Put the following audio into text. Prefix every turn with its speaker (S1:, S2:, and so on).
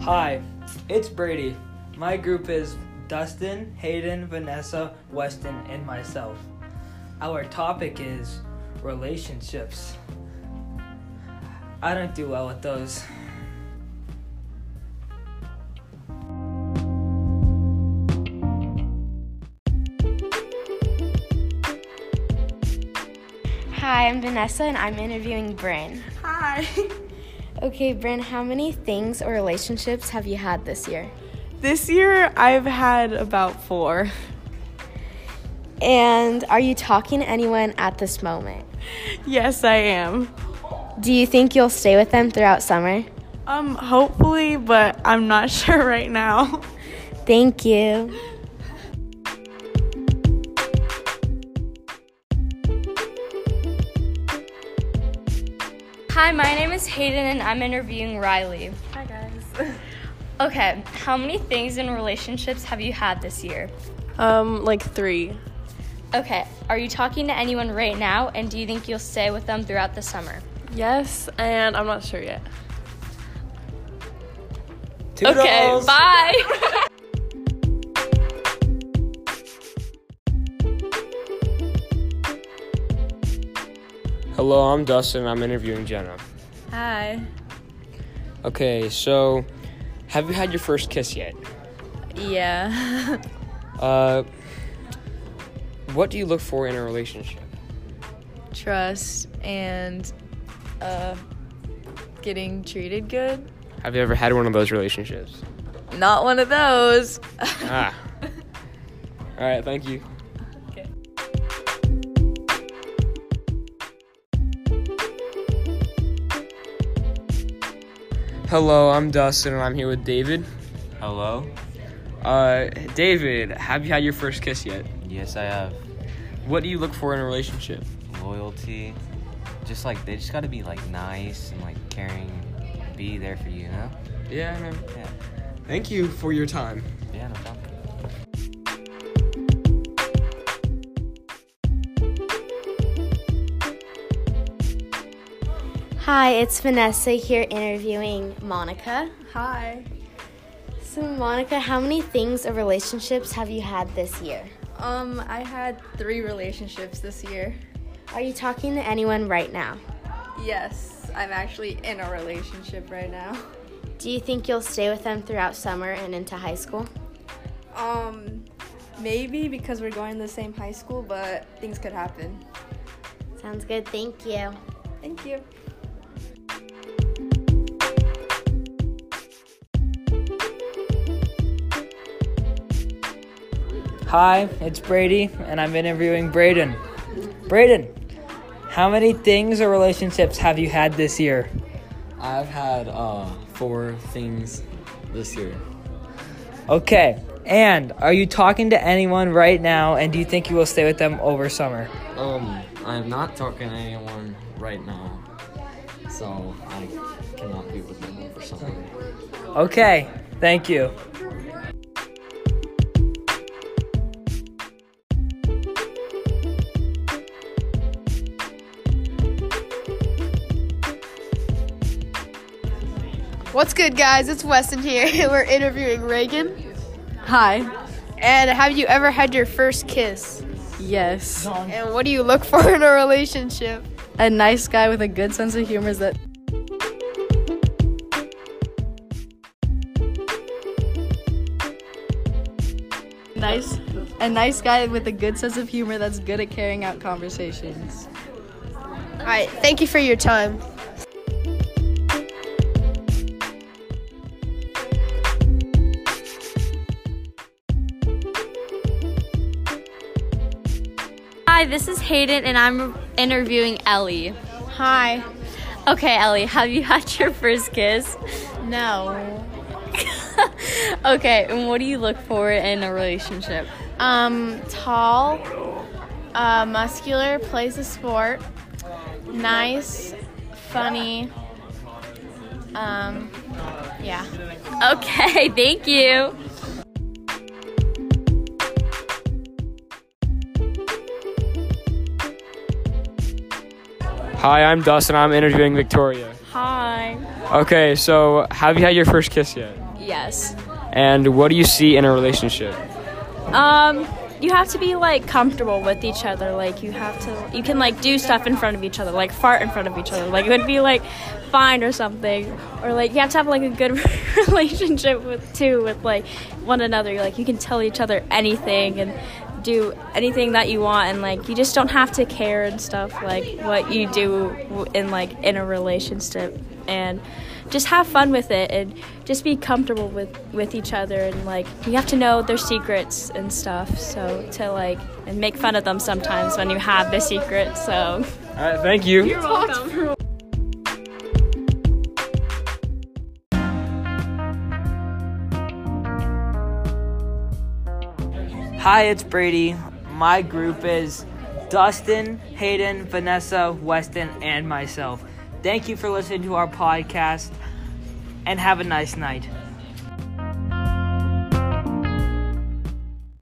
S1: Hi, it's Brady. My group is Dustin, Hayden, Vanessa, Weston, and myself. Our topic is relationships. I don't do well with those.
S2: Hi, I'm Vanessa and I'm interviewing Bryn.
S3: Hi.
S2: Okay, Bryn, how many things or relationships have you had this year?
S3: This year I've had about four.
S2: And are you talking to anyone at this moment?
S3: Yes, I am.
S2: Do you think you'll stay with them throughout summer?
S3: Um, hopefully, but I'm not sure right now.
S2: Thank you.
S4: Hi, my name is Hayden and I'm interviewing Riley.
S3: Hi, guys.
S4: Okay, how many things in relationships have you had this year?
S3: Um, like three.
S4: Okay, are you talking to anyone right now and do you think you'll stay with them throughout the summer?
S3: Yes, and I'm not sure yet.
S4: Okay,
S1: Toodles!
S4: bye!
S5: Hello, I'm Dustin. I'm interviewing Jenna.
S6: Hi.
S5: Okay, so have you had your first kiss yet?
S6: Yeah.
S5: Uh, what do you look for in a relationship?
S6: Trust and uh getting treated good.
S5: Have you ever had one of those relationships?
S6: Not one of those.
S5: Ah. All right, thank you. Hello, I'm Dustin, and I'm here with David.
S7: Hello?
S5: Uh, David, have you had your first kiss yet?
S7: Yes, I have
S5: What do you look for in a relationship?
S7: loyalty. Just like they just gotta be like nice and like caring, be there for you, you know?
S5: Yeah, I know.
S7: Yeah.
S5: Thank you for your time.
S7: Yeah, no problem.
S2: Hi, it's Vanessa here interviewing Monica.
S3: Hi.
S2: So, Monica, how many things or relationships have you had this year?
S6: um I had 3 relationships this year.
S2: Are you talking to anyone right now?
S6: Yes, I'm actually in a relationship right now.
S2: Do you think you'll stay with them throughout summer and into high school?
S6: Um maybe because we're going to the same high school, but things could happen.
S2: Sounds good, thank you.
S6: Thank you.
S1: Hi, it's Brady, and I'm interviewing Braden. Braden, how many things or relationships have you had this year?
S8: I've had uh, four things this year.
S1: Okay, and are you talking to anyone right now, and do you think you will stay with them over summer?
S8: Um, I'm not talking to anyone right now, so I cannot be with them for something.
S1: Okay, thank you.
S9: What's good, guys? It's Weston here. We're interviewing Reagan.
S3: Hi.
S9: And have you ever had your first kiss?
S3: Yes.
S9: And what do you look for in a relationship?
S3: A nice guy with a good sense of humor is that. Nice. A nice guy with a good sense of humor that's good at carrying out conversations.
S9: All right, thank you for your time.
S4: Hi, this is Hayden and I'm interviewing Ellie.
S9: Hi.
S4: Okay, Ellie, have you had your first kiss?
S9: No.
S4: okay, and what do you look for in a relationship?
S9: Um, tall, uh, muscular, plays a sport, nice, funny. Um, yeah.
S4: Okay, thank you.
S5: Hi, I'm Dustin. I'm interviewing Victoria.
S4: Hi.
S5: Okay, so have you had your first kiss yet?
S10: Yes.
S5: And what do you see in a relationship?
S10: Um, you have to be like comfortable with each other. Like you have to, you can like do stuff in front of each other, like fart in front of each other. Like it would be like fine or something, or like you have to have like a good relationship with too with like one another. Like you can tell each other anything and do anything that you want, and like you just don't have to care and stuff like what you do w- in like in a relationship and just have fun with it and just be comfortable with with each other and like you have to know their secrets and stuff so to like and make fun of them sometimes when you have the secret so
S5: All right, Uh, thank you.
S10: welcome
S1: Hi, it's Brady. My group is Dustin, Hayden, Vanessa, Weston, and myself. Thank you for listening to our podcast and have a nice night.